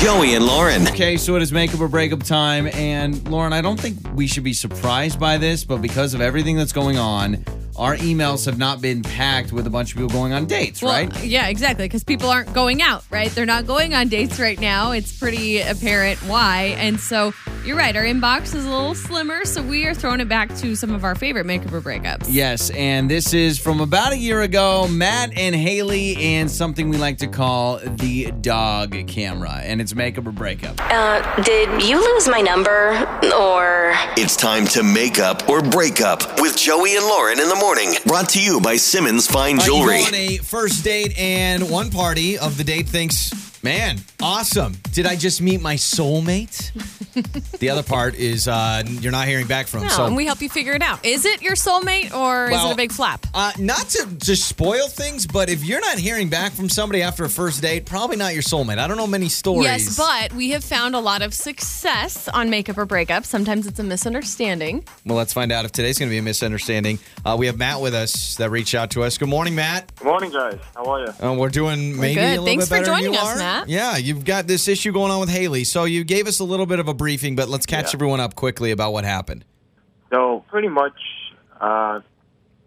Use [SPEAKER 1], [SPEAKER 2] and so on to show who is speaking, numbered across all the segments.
[SPEAKER 1] Joey and Lauren.
[SPEAKER 2] Okay, so it is makeup or breakup time. And Lauren, I don't think we should be surprised by this, but because of everything that's going on, our emails have not been packed with a bunch of people going on dates,
[SPEAKER 3] Well,
[SPEAKER 2] right?
[SPEAKER 3] Yeah, exactly. Because people aren't going out, right? They're not going on dates right now. It's pretty apparent why. And so you're right. Our inbox is a little slimmer. So we are throwing it back to some of our favorite makeup or breakups.
[SPEAKER 2] Yes, and this is from about a year ago, Matt and Haley, and something we like to call the dog camera. And it's makeup or breakup.
[SPEAKER 4] Uh, did you lose my number? Or.
[SPEAKER 1] It's time to make up or break up with Joey and Lauren in the morning. Brought to you by Simmons Fine
[SPEAKER 5] Uh, you
[SPEAKER 1] Jewelry.
[SPEAKER 5] go on a first date, and one party of the date thinks, "Man, awesome! Did I just meet my soulmate?" the other part is uh, you're not hearing back from.
[SPEAKER 3] No,
[SPEAKER 5] so,
[SPEAKER 3] and we help you figure it out. Is it your soulmate or is
[SPEAKER 5] Well,
[SPEAKER 3] it a big flap?
[SPEAKER 5] uh, not to just spoil things, but if you're not hearing back from somebody after a first date, probably not your soulmate. I don't know many stories.
[SPEAKER 3] Yes, but we have found a lot of success on makeup or breakup. Sometimes it's a misunderstanding.
[SPEAKER 5] well, let's find out if today's going to be a misunderstanding. Uh, we have Matt with us that reached out to us. Good morning, Matt.
[SPEAKER 6] Good morning, guys. How are you?
[SPEAKER 5] Uh, we're doing maybe
[SPEAKER 3] good.
[SPEAKER 5] a little bit
[SPEAKER 3] Thanks for
[SPEAKER 5] better than
[SPEAKER 3] joining
[SPEAKER 5] you
[SPEAKER 3] us,
[SPEAKER 5] are.
[SPEAKER 3] Matt.
[SPEAKER 5] Yeah, you've got this issue going on with Haley. So you gave us a little bit of a briefing, but let's catch
[SPEAKER 6] Yeah.
[SPEAKER 5] everyone up quickly about what happened.
[SPEAKER 6] So pretty much, uh,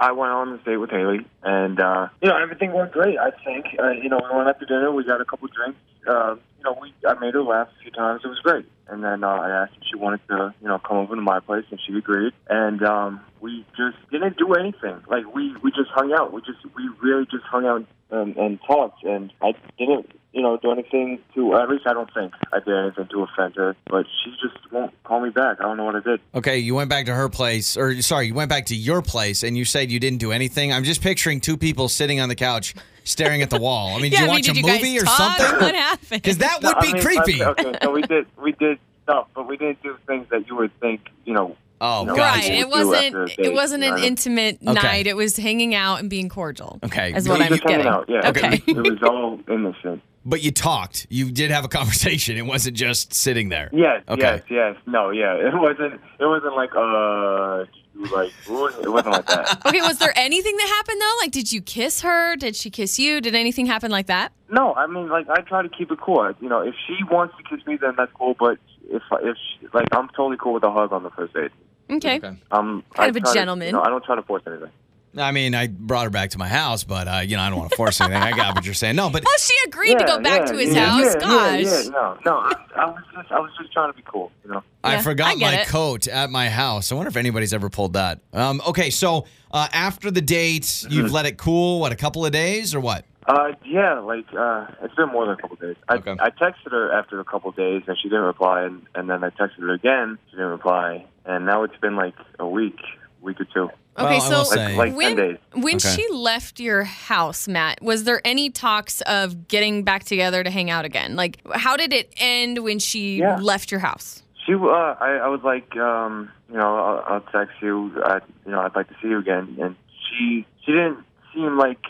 [SPEAKER 6] I went on this date with Haley, and uh, you know everything went great. I think uh, you know we went out to dinner, we got a couple drinks. Uh, you know, we I made her laugh a few times. It was great. And then uh, I asked if she wanted to you know come over to my place, and she agreed. And um, we just didn't do anything. Like we we just hung out. We just we really just hung out and, and talked. And I didn't you know, do anything to, at least I don't think I did anything to offend her, but she just won't call me back. I don't know what I did.
[SPEAKER 5] Okay, you went back to her place, or sorry, you went back to your place, and you said you didn't do anything. I'm just picturing two people sitting on the couch, staring at the wall. I mean, did you
[SPEAKER 3] I mean,
[SPEAKER 5] watch
[SPEAKER 3] did
[SPEAKER 5] a
[SPEAKER 3] you guys
[SPEAKER 5] movie or
[SPEAKER 3] talk? What
[SPEAKER 5] something?
[SPEAKER 3] happened?
[SPEAKER 5] Because that would
[SPEAKER 6] I
[SPEAKER 5] be
[SPEAKER 6] mean,
[SPEAKER 5] creepy.
[SPEAKER 6] I- Okay, so we did we did stuff, but we didn't do things that you would think, you know.
[SPEAKER 5] Oh,
[SPEAKER 6] you know,
[SPEAKER 5] gosh.
[SPEAKER 3] Right.
[SPEAKER 6] people
[SPEAKER 3] It
[SPEAKER 6] would do after a
[SPEAKER 3] wasn't.
[SPEAKER 6] date,
[SPEAKER 3] It wasn't
[SPEAKER 6] you
[SPEAKER 3] an
[SPEAKER 6] know?
[SPEAKER 3] intimate
[SPEAKER 5] Okay.
[SPEAKER 3] night. It was hanging out and being cordial.
[SPEAKER 5] Okay.
[SPEAKER 3] is
[SPEAKER 6] It
[SPEAKER 3] what
[SPEAKER 6] was
[SPEAKER 3] I'm
[SPEAKER 6] just hanging
[SPEAKER 3] getting.
[SPEAKER 6] out. Yeah.
[SPEAKER 3] Okay.
[SPEAKER 6] It was all innocent.
[SPEAKER 5] But you talked. You did have a conversation. It wasn't just sitting there.
[SPEAKER 6] Yes.
[SPEAKER 5] Okay.
[SPEAKER 6] Yes. Yes. No. Yeah. It wasn't. It wasn't like uh, you like ruined- it wasn't like that.
[SPEAKER 3] okay. Was there anything that happened though? Like, did you kiss her? Did she kiss you? Did anything happen like that?
[SPEAKER 6] No. I mean, like I try to keep it cool. You know, if she wants to kiss me, then that's cool. But if if she, like I'm totally cool with a hug on the first date.
[SPEAKER 3] Okay.
[SPEAKER 6] Um,
[SPEAKER 3] Kind
[SPEAKER 6] I
[SPEAKER 3] of a
[SPEAKER 6] try to-
[SPEAKER 3] gentleman.
[SPEAKER 6] you know, I don't try to force anything.
[SPEAKER 5] I mean, I brought her back to my house, but uh, you know, I don't want to force anything. I got what you're saying. No, but
[SPEAKER 3] Well, she agreed to go back
[SPEAKER 6] yeah,
[SPEAKER 3] to his
[SPEAKER 6] yeah,
[SPEAKER 3] house.
[SPEAKER 6] Yeah,
[SPEAKER 3] Gosh.
[SPEAKER 6] Yeah, yeah, no, no. I, I was just, I was just trying to be cool, you know.
[SPEAKER 5] I
[SPEAKER 3] Yeah,
[SPEAKER 5] forgot
[SPEAKER 3] I get
[SPEAKER 5] my
[SPEAKER 3] it.
[SPEAKER 5] coat at my house. I wonder if anybody's ever pulled that. Um, okay, so uh, after the date,
[SPEAKER 6] Mm-hmm.
[SPEAKER 5] you've let it cool. What a couple of days or what?
[SPEAKER 6] Uh, yeah, like uh, it's been more than a couple days. I,
[SPEAKER 5] Okay.
[SPEAKER 6] I texted her after a couple days, and she didn't reply. And, and then I texted her again, she didn't reply. And now it's been like a week, week or two.
[SPEAKER 3] Okay,
[SPEAKER 5] Well, I will
[SPEAKER 3] so
[SPEAKER 5] say-
[SPEAKER 6] Like 10
[SPEAKER 3] when
[SPEAKER 6] days.
[SPEAKER 3] when
[SPEAKER 5] Okay.
[SPEAKER 3] she left your house, Matt, was there any talks of getting back together to hang out again? Like, how did it end when she
[SPEAKER 6] Yeah.
[SPEAKER 3] left your house?
[SPEAKER 6] She, uh, I, I was like, um, you know, I'll, I'll text you. I, you know, I'd like to see you again. And she, she didn't seem like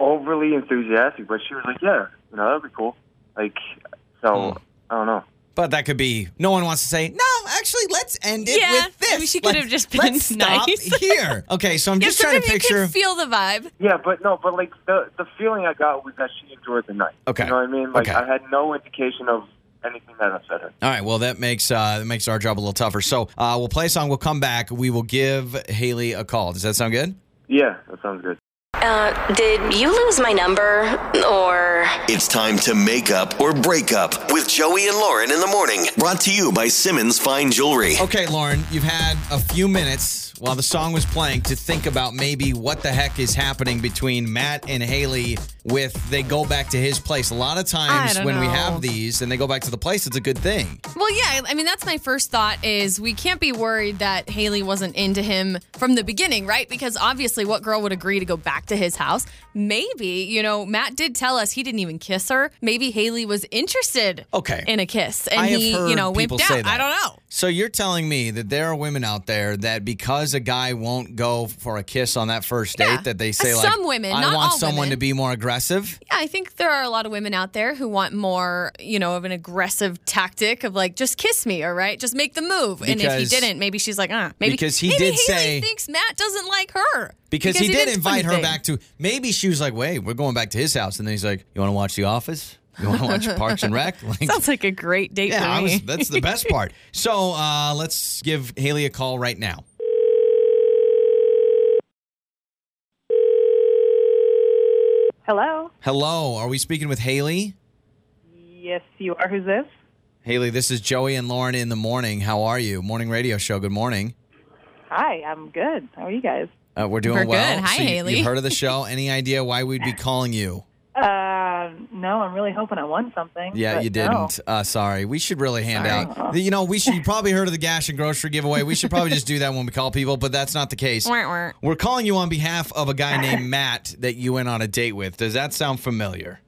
[SPEAKER 6] overly enthusiastic, but she was like, yeah, you know, that'd be cool. Like, so
[SPEAKER 5] Hmm.
[SPEAKER 6] I don't know.
[SPEAKER 5] But that could be. No one wants to say no. Actually, let's end it
[SPEAKER 3] Yeah,
[SPEAKER 5] with this.
[SPEAKER 3] I mean, she could
[SPEAKER 5] Let's-
[SPEAKER 3] have just been
[SPEAKER 5] let's stop
[SPEAKER 3] nice.
[SPEAKER 5] here. Okay, so I'm just trying to
[SPEAKER 3] sometimes
[SPEAKER 5] picture.
[SPEAKER 3] You can feel the vibe.
[SPEAKER 6] Yeah, but no, but like the the feeling I got was that she enjoyed the night.
[SPEAKER 5] Okay.
[SPEAKER 6] You know what I mean? Like
[SPEAKER 5] Okay.
[SPEAKER 6] I had no indication of anything that upset her.
[SPEAKER 5] All right, well that makes uh, that makes our job a little tougher. So uh, we'll play a song. We'll come back. We will give Haley a call. Does that sound good?
[SPEAKER 6] Yeah, that sounds good.
[SPEAKER 4] Uh, did you lose my number? Or.
[SPEAKER 1] It's time to make up or break up with Joey and Lauren in the morning. Brought to you by Simmons Fine Jewelry.
[SPEAKER 5] Okay, Lauren, you've had a few minutes while the song was playing to think about maybe what the heck is happening between Matt and Haley with they go back to his place. A lot of times
[SPEAKER 3] don't
[SPEAKER 5] when we
[SPEAKER 3] know.
[SPEAKER 5] have these and they go back to the place, it's a good thing.
[SPEAKER 3] Well, yeah. I mean, that's my first thought is we can't be worried that Haley wasn't into him from the beginning, right? Because obviously, what girl would agree to go back to his house? Maybe, you know, Matt did tell us he didn't even kiss her. Maybe Haley was interested
[SPEAKER 5] Okay.
[SPEAKER 3] in a kiss and
[SPEAKER 5] I have
[SPEAKER 3] he,
[SPEAKER 5] heard
[SPEAKER 3] you know,
[SPEAKER 5] people
[SPEAKER 3] wimped
[SPEAKER 5] say
[SPEAKER 3] out.
[SPEAKER 5] that.
[SPEAKER 3] I don't know.
[SPEAKER 5] So you're telling me that there are women out there that because a guy won't go for a kiss on that first date,
[SPEAKER 3] Yeah.
[SPEAKER 5] that they say
[SPEAKER 3] Uh,
[SPEAKER 5] like,
[SPEAKER 3] some women,
[SPEAKER 5] I
[SPEAKER 3] not
[SPEAKER 5] want
[SPEAKER 3] all
[SPEAKER 5] someone
[SPEAKER 3] women."
[SPEAKER 5] to be more aggressive.
[SPEAKER 3] Yeah, I think there are a lot of women out there who want more, you know, of an aggressive tactic of like, just kiss me, all right? Just make the move. and if he
[SPEAKER 5] Because-
[SPEAKER 3] didn't, maybe she's like, uh, maybe
[SPEAKER 5] Because he
[SPEAKER 3] maybe
[SPEAKER 5] did
[SPEAKER 3] Haley
[SPEAKER 5] say-
[SPEAKER 3] thinks Matt doesn't like her
[SPEAKER 5] Because, he,
[SPEAKER 3] he
[SPEAKER 5] did
[SPEAKER 3] do
[SPEAKER 5] invite her
[SPEAKER 3] anything.
[SPEAKER 5] back to maybe she was like, wait, we're going back to his house, and then he's like, you want to watch The Office? You want to watch Parks and Rec? Like,
[SPEAKER 3] Sounds like a great date
[SPEAKER 5] yeah, I
[SPEAKER 3] for me.
[SPEAKER 5] was, that's the best part. So uh, let's give Haley a call right now.
[SPEAKER 7] Hello.
[SPEAKER 5] Hello, are we speaking with Haley?
[SPEAKER 7] Yes, you are. Who's this?
[SPEAKER 5] Haley, this is Joey and Lauren in the morning. How are you? Morning radio show. Good morning.
[SPEAKER 7] Hi, I'm good. How are you guys?
[SPEAKER 5] Uh, we're doing
[SPEAKER 3] We're
[SPEAKER 5] well.
[SPEAKER 3] good. Hi,
[SPEAKER 5] So you-
[SPEAKER 3] Haley.
[SPEAKER 5] You've heard of the show? Any idea why we'd be calling you?
[SPEAKER 7] Uh, no, I'm really hoping I won something.
[SPEAKER 5] Yeah,
[SPEAKER 7] but
[SPEAKER 5] you
[SPEAKER 7] no.
[SPEAKER 5] didn't. Uh, sorry. We should really hand out. You know, we should. You probably heard of the Gash and Grocery giveaway. We should probably just do that when we call people, but that's not the case.
[SPEAKER 3] Wah, wah.
[SPEAKER 5] We're calling you on behalf of a guy named Matt that you went on a date with. Does that sound familiar?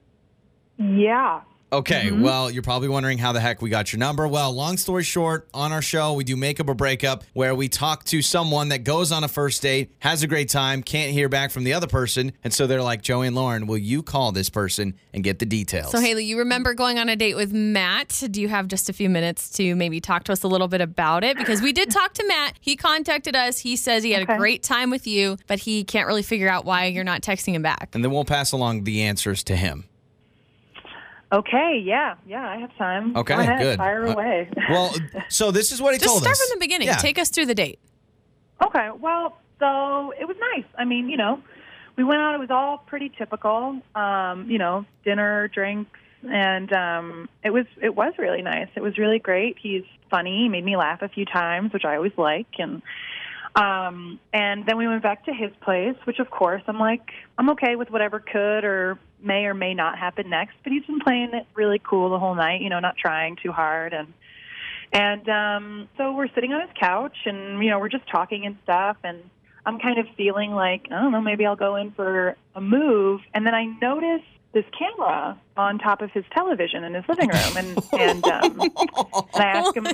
[SPEAKER 7] Yeah.
[SPEAKER 5] Okay,
[SPEAKER 3] Mm-hmm.
[SPEAKER 5] well, you're probably wondering how the heck we got your number. Well, long story short, on our show, we do Makeup or Breakup, where we talk to someone that goes on a first date, has a great time, can't hear back from the other person. And so they're like, Joey and Lauren, will you call this person and get the details?
[SPEAKER 3] So, Haley, you remember going on a date with Matt. Do you have just a few minutes to maybe talk to us a little bit about it? Because we did talk to Matt. He contacted us. He says he had a great time with you, but he can't really figure out why you're not texting him back.
[SPEAKER 5] And then we'll pass along the answers to him.
[SPEAKER 7] Okay. Yeah. Yeah. I have time.
[SPEAKER 5] Okay,
[SPEAKER 7] Go ahead,
[SPEAKER 5] good.
[SPEAKER 7] Fire
[SPEAKER 5] Uh,
[SPEAKER 7] away.
[SPEAKER 5] Well, so this is what he
[SPEAKER 3] Just
[SPEAKER 5] told
[SPEAKER 3] start
[SPEAKER 5] us.
[SPEAKER 3] from the beginning.
[SPEAKER 5] Yeah.
[SPEAKER 3] Take us through the date.
[SPEAKER 7] Okay. Well, so it was nice. I mean, you know, we went out. It was all pretty typical. Um, you know, dinner, drinks, and um, it was it was really nice. It was really great. He's funny. He made me laugh a few times, which I always like. And um, and then we went back to his place, which of course I'm like I'm okay with whatever could or may or may not happen next. But he's been playing it really cool the whole night. You know, not trying too hard and. And um, so we're sitting on his couch, and you know we're just talking and stuff. And I'm kind of feeling like I don't know, maybe I'll go in for a move. And then I notice this camera on top of his television in his living room, and and, um, and I ask him,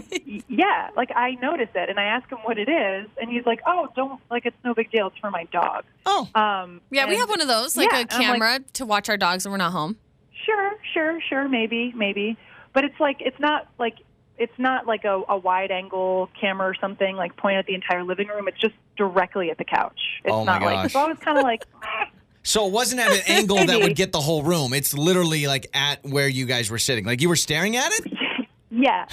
[SPEAKER 7] yeah, like I notice it, and I ask him what it is, and he's like, oh, don't, like it's no big deal, it's for my dog.
[SPEAKER 5] Oh.
[SPEAKER 7] Um,
[SPEAKER 3] Yeah, we
[SPEAKER 7] and-
[SPEAKER 3] have one of those, like
[SPEAKER 7] Yeah,
[SPEAKER 3] a
[SPEAKER 7] and I'm like-
[SPEAKER 3] camera to watch our dogs when we're not home.
[SPEAKER 7] Sure, sure, sure, maybe, maybe. But it's like it's not like it's not like a, a wide angle camera or something like pointed at the entire living room. It's just directly at the couch. It's
[SPEAKER 5] Oh, my
[SPEAKER 7] not like
[SPEAKER 5] gosh.
[SPEAKER 7] so I was kinda like
[SPEAKER 5] So it wasn't at an angle that would
[SPEAKER 7] Maybe.
[SPEAKER 5] get the whole room. It's literally like at where you guys were sitting. Like you were staring at it?
[SPEAKER 7] Yeah.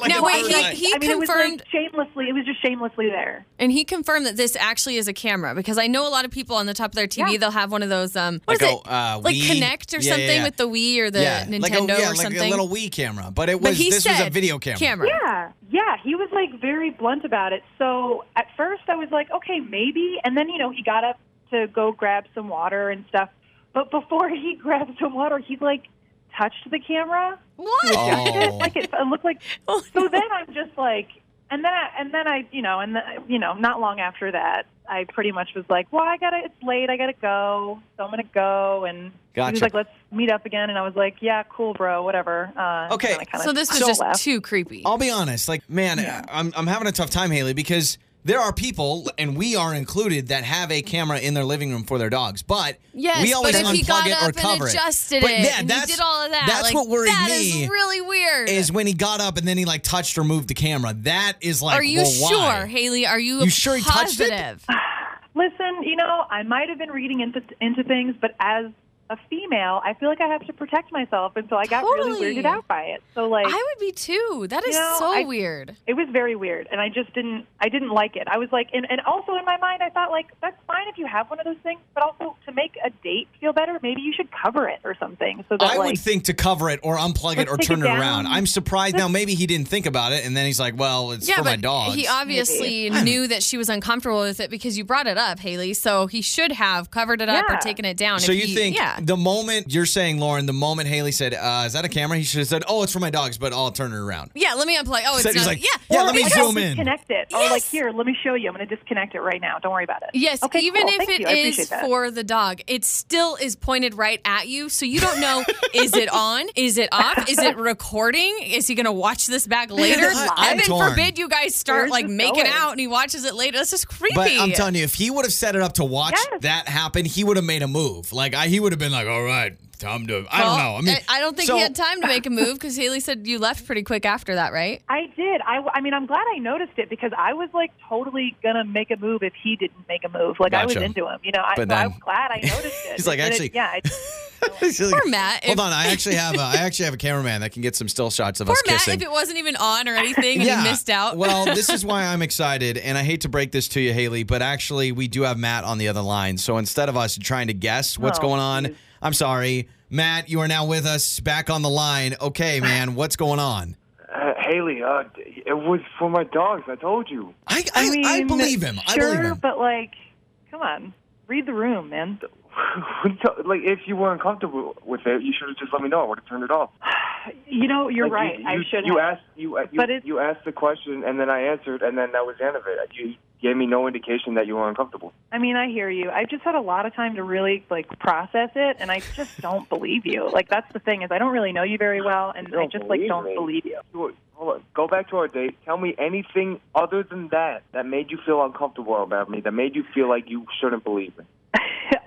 [SPEAKER 5] Like
[SPEAKER 3] No,
[SPEAKER 5] a
[SPEAKER 3] wait,
[SPEAKER 5] bird
[SPEAKER 3] he,
[SPEAKER 5] eye.
[SPEAKER 3] he
[SPEAKER 7] I mean it was
[SPEAKER 3] confirmed
[SPEAKER 7] like shamelessly it was just shamelessly there.
[SPEAKER 3] and he confirmed that this actually is a camera because I know a lot of people on the top of their TV
[SPEAKER 7] Yeah.
[SPEAKER 3] they'll have one of those um what is
[SPEAKER 5] Like a,
[SPEAKER 3] it?
[SPEAKER 5] uh,
[SPEAKER 3] like
[SPEAKER 5] Wii?
[SPEAKER 3] Connect or
[SPEAKER 5] Yeah, yeah,
[SPEAKER 3] something
[SPEAKER 5] yeah.
[SPEAKER 3] with the Wii or the Nintendo
[SPEAKER 5] like a, yeah,
[SPEAKER 3] or
[SPEAKER 5] like
[SPEAKER 3] something.
[SPEAKER 5] a little Wii camera. But it was
[SPEAKER 3] but he
[SPEAKER 5] this
[SPEAKER 3] said
[SPEAKER 5] was a video camera.
[SPEAKER 7] Yeah, yeah, he was like very blunt about it. So at first I was like, okay, maybe. And then, you know, he got up to go grab some water and stuff. But before he grabbed some water, he like touched the camera.
[SPEAKER 3] What?
[SPEAKER 5] Oh.
[SPEAKER 7] like it, it looked like. So then I'm just like, and then I, and then I, you know, and the, you know, not long after that, I pretty much was like, well, I gotta, it's late, I gotta go, so I'm gonna go, and he
[SPEAKER 5] Gotcha.
[SPEAKER 7] was like, let's meet up again, and I was like, yeah, cool, bro, whatever. Uh,
[SPEAKER 5] Okay.
[SPEAKER 7] and I kinda
[SPEAKER 3] So this was
[SPEAKER 7] still
[SPEAKER 3] just
[SPEAKER 7] left.
[SPEAKER 3] too creepy.
[SPEAKER 7] Oh.
[SPEAKER 5] I'll be honest. Like, man, I'm, I'm having a tough time, Haley, because there are people, and we are included, that have a camera in their living room for their dogs. But
[SPEAKER 3] Yes,
[SPEAKER 5] we always
[SPEAKER 3] but if
[SPEAKER 5] unplug
[SPEAKER 3] he got
[SPEAKER 5] it
[SPEAKER 3] up
[SPEAKER 5] or
[SPEAKER 3] and
[SPEAKER 5] cover
[SPEAKER 3] adjusted
[SPEAKER 5] it.
[SPEAKER 3] it,
[SPEAKER 5] But yeah,
[SPEAKER 3] and he
[SPEAKER 5] that's,
[SPEAKER 3] did all of that.
[SPEAKER 5] That's
[SPEAKER 3] like,
[SPEAKER 5] what worried
[SPEAKER 3] that
[SPEAKER 5] me.
[SPEAKER 3] is really weird.
[SPEAKER 5] is when he got up and then he like touched or moved the camera. That is like,
[SPEAKER 3] Are you
[SPEAKER 5] well,
[SPEAKER 3] sure,
[SPEAKER 5] why?
[SPEAKER 3] Haley? Are you,
[SPEAKER 5] You sure he touched it?
[SPEAKER 3] positive?
[SPEAKER 7] Listen, you know, I might have been reading into into things, but as a female, I feel like I have to protect myself, and so I got
[SPEAKER 3] Totally.
[SPEAKER 7] really weirded out by it. So like,
[SPEAKER 3] I would be too. That is
[SPEAKER 7] You know,
[SPEAKER 3] so
[SPEAKER 7] I-
[SPEAKER 3] weird.
[SPEAKER 7] it was very weird and i just didn't i didn't like it i was like and, and also in my mind i thought like that's fine if you have one of those things but also to make a date feel better maybe you should cover it or something so that
[SPEAKER 5] I
[SPEAKER 7] like
[SPEAKER 5] would think to cover it or unplug it
[SPEAKER 7] Let's
[SPEAKER 5] or
[SPEAKER 7] take
[SPEAKER 5] turn
[SPEAKER 7] it
[SPEAKER 5] it,
[SPEAKER 7] down.
[SPEAKER 5] around. I'm surprised now. Maybe he didn't think about it, and then he's like, "Well, it's for
[SPEAKER 3] but
[SPEAKER 5] my dogs."
[SPEAKER 3] he obviously knew that she was uncomfortable with it because you brought it up, Haley. So he should have covered it up or
[SPEAKER 7] Yeah.
[SPEAKER 3] taken it down.
[SPEAKER 5] so
[SPEAKER 3] if
[SPEAKER 5] you
[SPEAKER 3] he-
[SPEAKER 5] think
[SPEAKER 3] Yeah.
[SPEAKER 5] the moment you're saying, Lauren, the moment Haley said, uh, "Is that a camera?" He should have said, "Oh, it's for my dogs," but I'll turn it around.
[SPEAKER 3] Yeah. Let me unplug. Oh, it's
[SPEAKER 5] Said-
[SPEAKER 3] not.
[SPEAKER 5] he's like,
[SPEAKER 3] yeah.
[SPEAKER 5] "Yeah,
[SPEAKER 3] or
[SPEAKER 5] let me
[SPEAKER 3] because-
[SPEAKER 5] zoom in."
[SPEAKER 7] disconnect it or like
[SPEAKER 3] Yes.
[SPEAKER 7] here let me show you i'm going to disconnect it right now don't worry about it
[SPEAKER 3] Yes,
[SPEAKER 7] okay,
[SPEAKER 3] even
[SPEAKER 7] cool.
[SPEAKER 3] if
[SPEAKER 7] Thank
[SPEAKER 3] it
[SPEAKER 7] you. I
[SPEAKER 3] is
[SPEAKER 7] appreciate that.
[SPEAKER 3] for the dog, it still is pointed right at you. So you don't know is it on? Is it off? Is it recording? Is he going to watch this back later?
[SPEAKER 5] I- I'm
[SPEAKER 3] Heaven
[SPEAKER 5] torn.
[SPEAKER 3] forbid you guys start
[SPEAKER 7] Where's
[SPEAKER 3] like
[SPEAKER 7] this
[SPEAKER 3] making
[SPEAKER 7] going?
[SPEAKER 3] out and he watches it later. That's just creepy.
[SPEAKER 5] But I'm telling you, if he would have set it up to watch
[SPEAKER 7] Yes.
[SPEAKER 5] that happen, he would have made a move. Like I, he would have been like, "All right, time to. I don't know. I mean,
[SPEAKER 3] I don't think
[SPEAKER 5] so-
[SPEAKER 3] he had time to make a move because Haley said you left pretty quick after that, right?
[SPEAKER 7] I did. I, I mean, I'm glad I noticed it because I was like totally gonna make a move if he didn't make a move. Like I was
[SPEAKER 5] Gotcha.
[SPEAKER 7] into him, you know. I,
[SPEAKER 5] But
[SPEAKER 7] so I
[SPEAKER 5] then-
[SPEAKER 7] was glad I noticed it.
[SPEAKER 5] He's like,
[SPEAKER 7] And it-
[SPEAKER 5] actually-
[SPEAKER 7] yeah. It,
[SPEAKER 5] She's like,
[SPEAKER 3] Poor Matt,
[SPEAKER 5] Hold
[SPEAKER 3] if-
[SPEAKER 5] on, I actually have a, I actually have a cameraman that can get some still shots of
[SPEAKER 3] Poor
[SPEAKER 5] us
[SPEAKER 3] Matt,
[SPEAKER 5] kissing.
[SPEAKER 3] if it wasn't even on or anything and he missed out.
[SPEAKER 5] well, this is why I'm excited, and I hate to break this to you, Haley, but actually we do have Matt on the other line. So instead of us trying to guess what's
[SPEAKER 7] Oh,
[SPEAKER 5] going on, I'm sorry, Matt, you are now with us back on the line. Okay, man, what's going on?
[SPEAKER 6] Uh, Haley, uh, d- it was for my dogs. I told you.
[SPEAKER 5] I I,
[SPEAKER 7] I mean,
[SPEAKER 5] I believe him. I
[SPEAKER 7] Sure,
[SPEAKER 5] believe him.
[SPEAKER 7] but like, come on, read the room, man.
[SPEAKER 6] like, if you weren't comfortable with it, you should have just let me know. I would have turned it off.
[SPEAKER 7] You know, you're
[SPEAKER 6] Like,
[SPEAKER 7] right.
[SPEAKER 6] You,
[SPEAKER 7] I
[SPEAKER 6] you-
[SPEAKER 7] should.
[SPEAKER 6] You
[SPEAKER 7] have.
[SPEAKER 6] asked. You, uh, you,
[SPEAKER 7] But it's-
[SPEAKER 6] you asked the question, and then I answered, and then that was the end of it. You gave me no indication that you were uncomfortable.
[SPEAKER 7] I mean, I hear you. I've just had a lot of time to really like process it, and I just don't believe you. Like that's the thing is, I don't really know you very well, and I
[SPEAKER 6] don't
[SPEAKER 7] just like
[SPEAKER 6] believe
[SPEAKER 7] don't
[SPEAKER 6] me.
[SPEAKER 7] believe you.
[SPEAKER 6] You were- Hold on. Go back to our date. Tell me anything other than that that made you feel uncomfortable about me. That made you feel like you shouldn't believe me.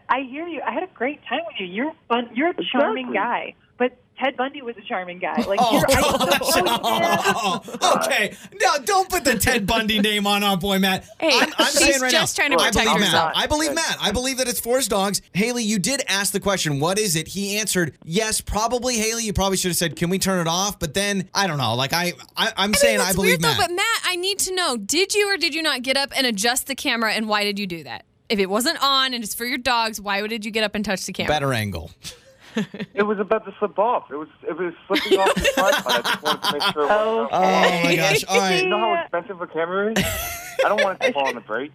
[SPEAKER 7] I hear you. I had a great time with you. You're fun. You're a charming
[SPEAKER 6] Exactly.
[SPEAKER 7] guy, but Ted Bundy was a charming guy. Like
[SPEAKER 5] Oh,
[SPEAKER 7] you're. I,
[SPEAKER 5] oh, oh, okay. Now, don't put the Ted Bundy name on our boy Matt.
[SPEAKER 3] Hey,
[SPEAKER 5] I'm, I'm
[SPEAKER 3] she's
[SPEAKER 5] saying right
[SPEAKER 3] just
[SPEAKER 5] now,
[SPEAKER 3] trying to
[SPEAKER 5] I
[SPEAKER 3] protect
[SPEAKER 5] believe
[SPEAKER 3] herself.
[SPEAKER 5] Matt. I believe Matt. I believe that it's for his dogs. Haley, you did ask the question, what is it? He answered, yes, probably, Haley. You probably should have said, can we turn it off? But then, I don't know. Like, I, I, I'm
[SPEAKER 3] I mean,
[SPEAKER 5] saying I
[SPEAKER 3] that's
[SPEAKER 5] believe
[SPEAKER 3] weird
[SPEAKER 5] Matt.
[SPEAKER 3] though, but Matt, I need to know: did you or did you not get up and adjust the camera, and why did you do that? If it wasn't on and it's for your dogs, why did you get up and touch the camera?
[SPEAKER 5] Better angle.
[SPEAKER 6] It was about to slip off. It was. It was slipping off the tripod. I just wanted to make sure. it wasn't-
[SPEAKER 5] Oh, my gosh. All
[SPEAKER 6] You
[SPEAKER 5] right.
[SPEAKER 6] know how expensive a camera is? I don't want it to fall on the break.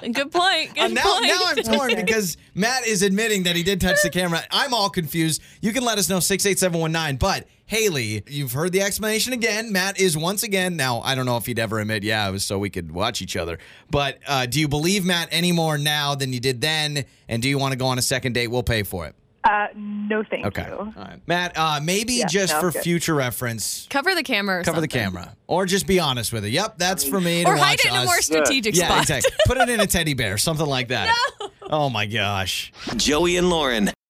[SPEAKER 3] Good point. Good
[SPEAKER 5] Uh, now,
[SPEAKER 3] point.
[SPEAKER 5] now I'm torn because Matt is admitting that he did touch the camera. I'm all confused. You can let us know 68719. But Haley, you've heard the explanation again. Matt is once again now. I don't know if he'd ever admit, yeah, it was so we could watch each other. But uh, do you believe Matt any more now than you did then? And do you want to go on a second date? We'll pay for it.
[SPEAKER 7] uh, no, thank
[SPEAKER 5] Okay,
[SPEAKER 7] you.
[SPEAKER 5] All right. Matt. Uh, maybe just
[SPEAKER 7] no, I'm
[SPEAKER 5] for
[SPEAKER 7] good.
[SPEAKER 5] future reference,
[SPEAKER 3] Cover the camera. Or
[SPEAKER 5] cover the
[SPEAKER 3] something.
[SPEAKER 5] camera, or just be honest with it. Yep, that's for me to
[SPEAKER 3] Or hide
[SPEAKER 5] watch
[SPEAKER 3] it in
[SPEAKER 5] us.
[SPEAKER 3] a more strategic
[SPEAKER 5] yeah,
[SPEAKER 3] spot.
[SPEAKER 5] exactly. Put it in a teddy bear, something like that. Oh my gosh.
[SPEAKER 1] Joey and Lauren.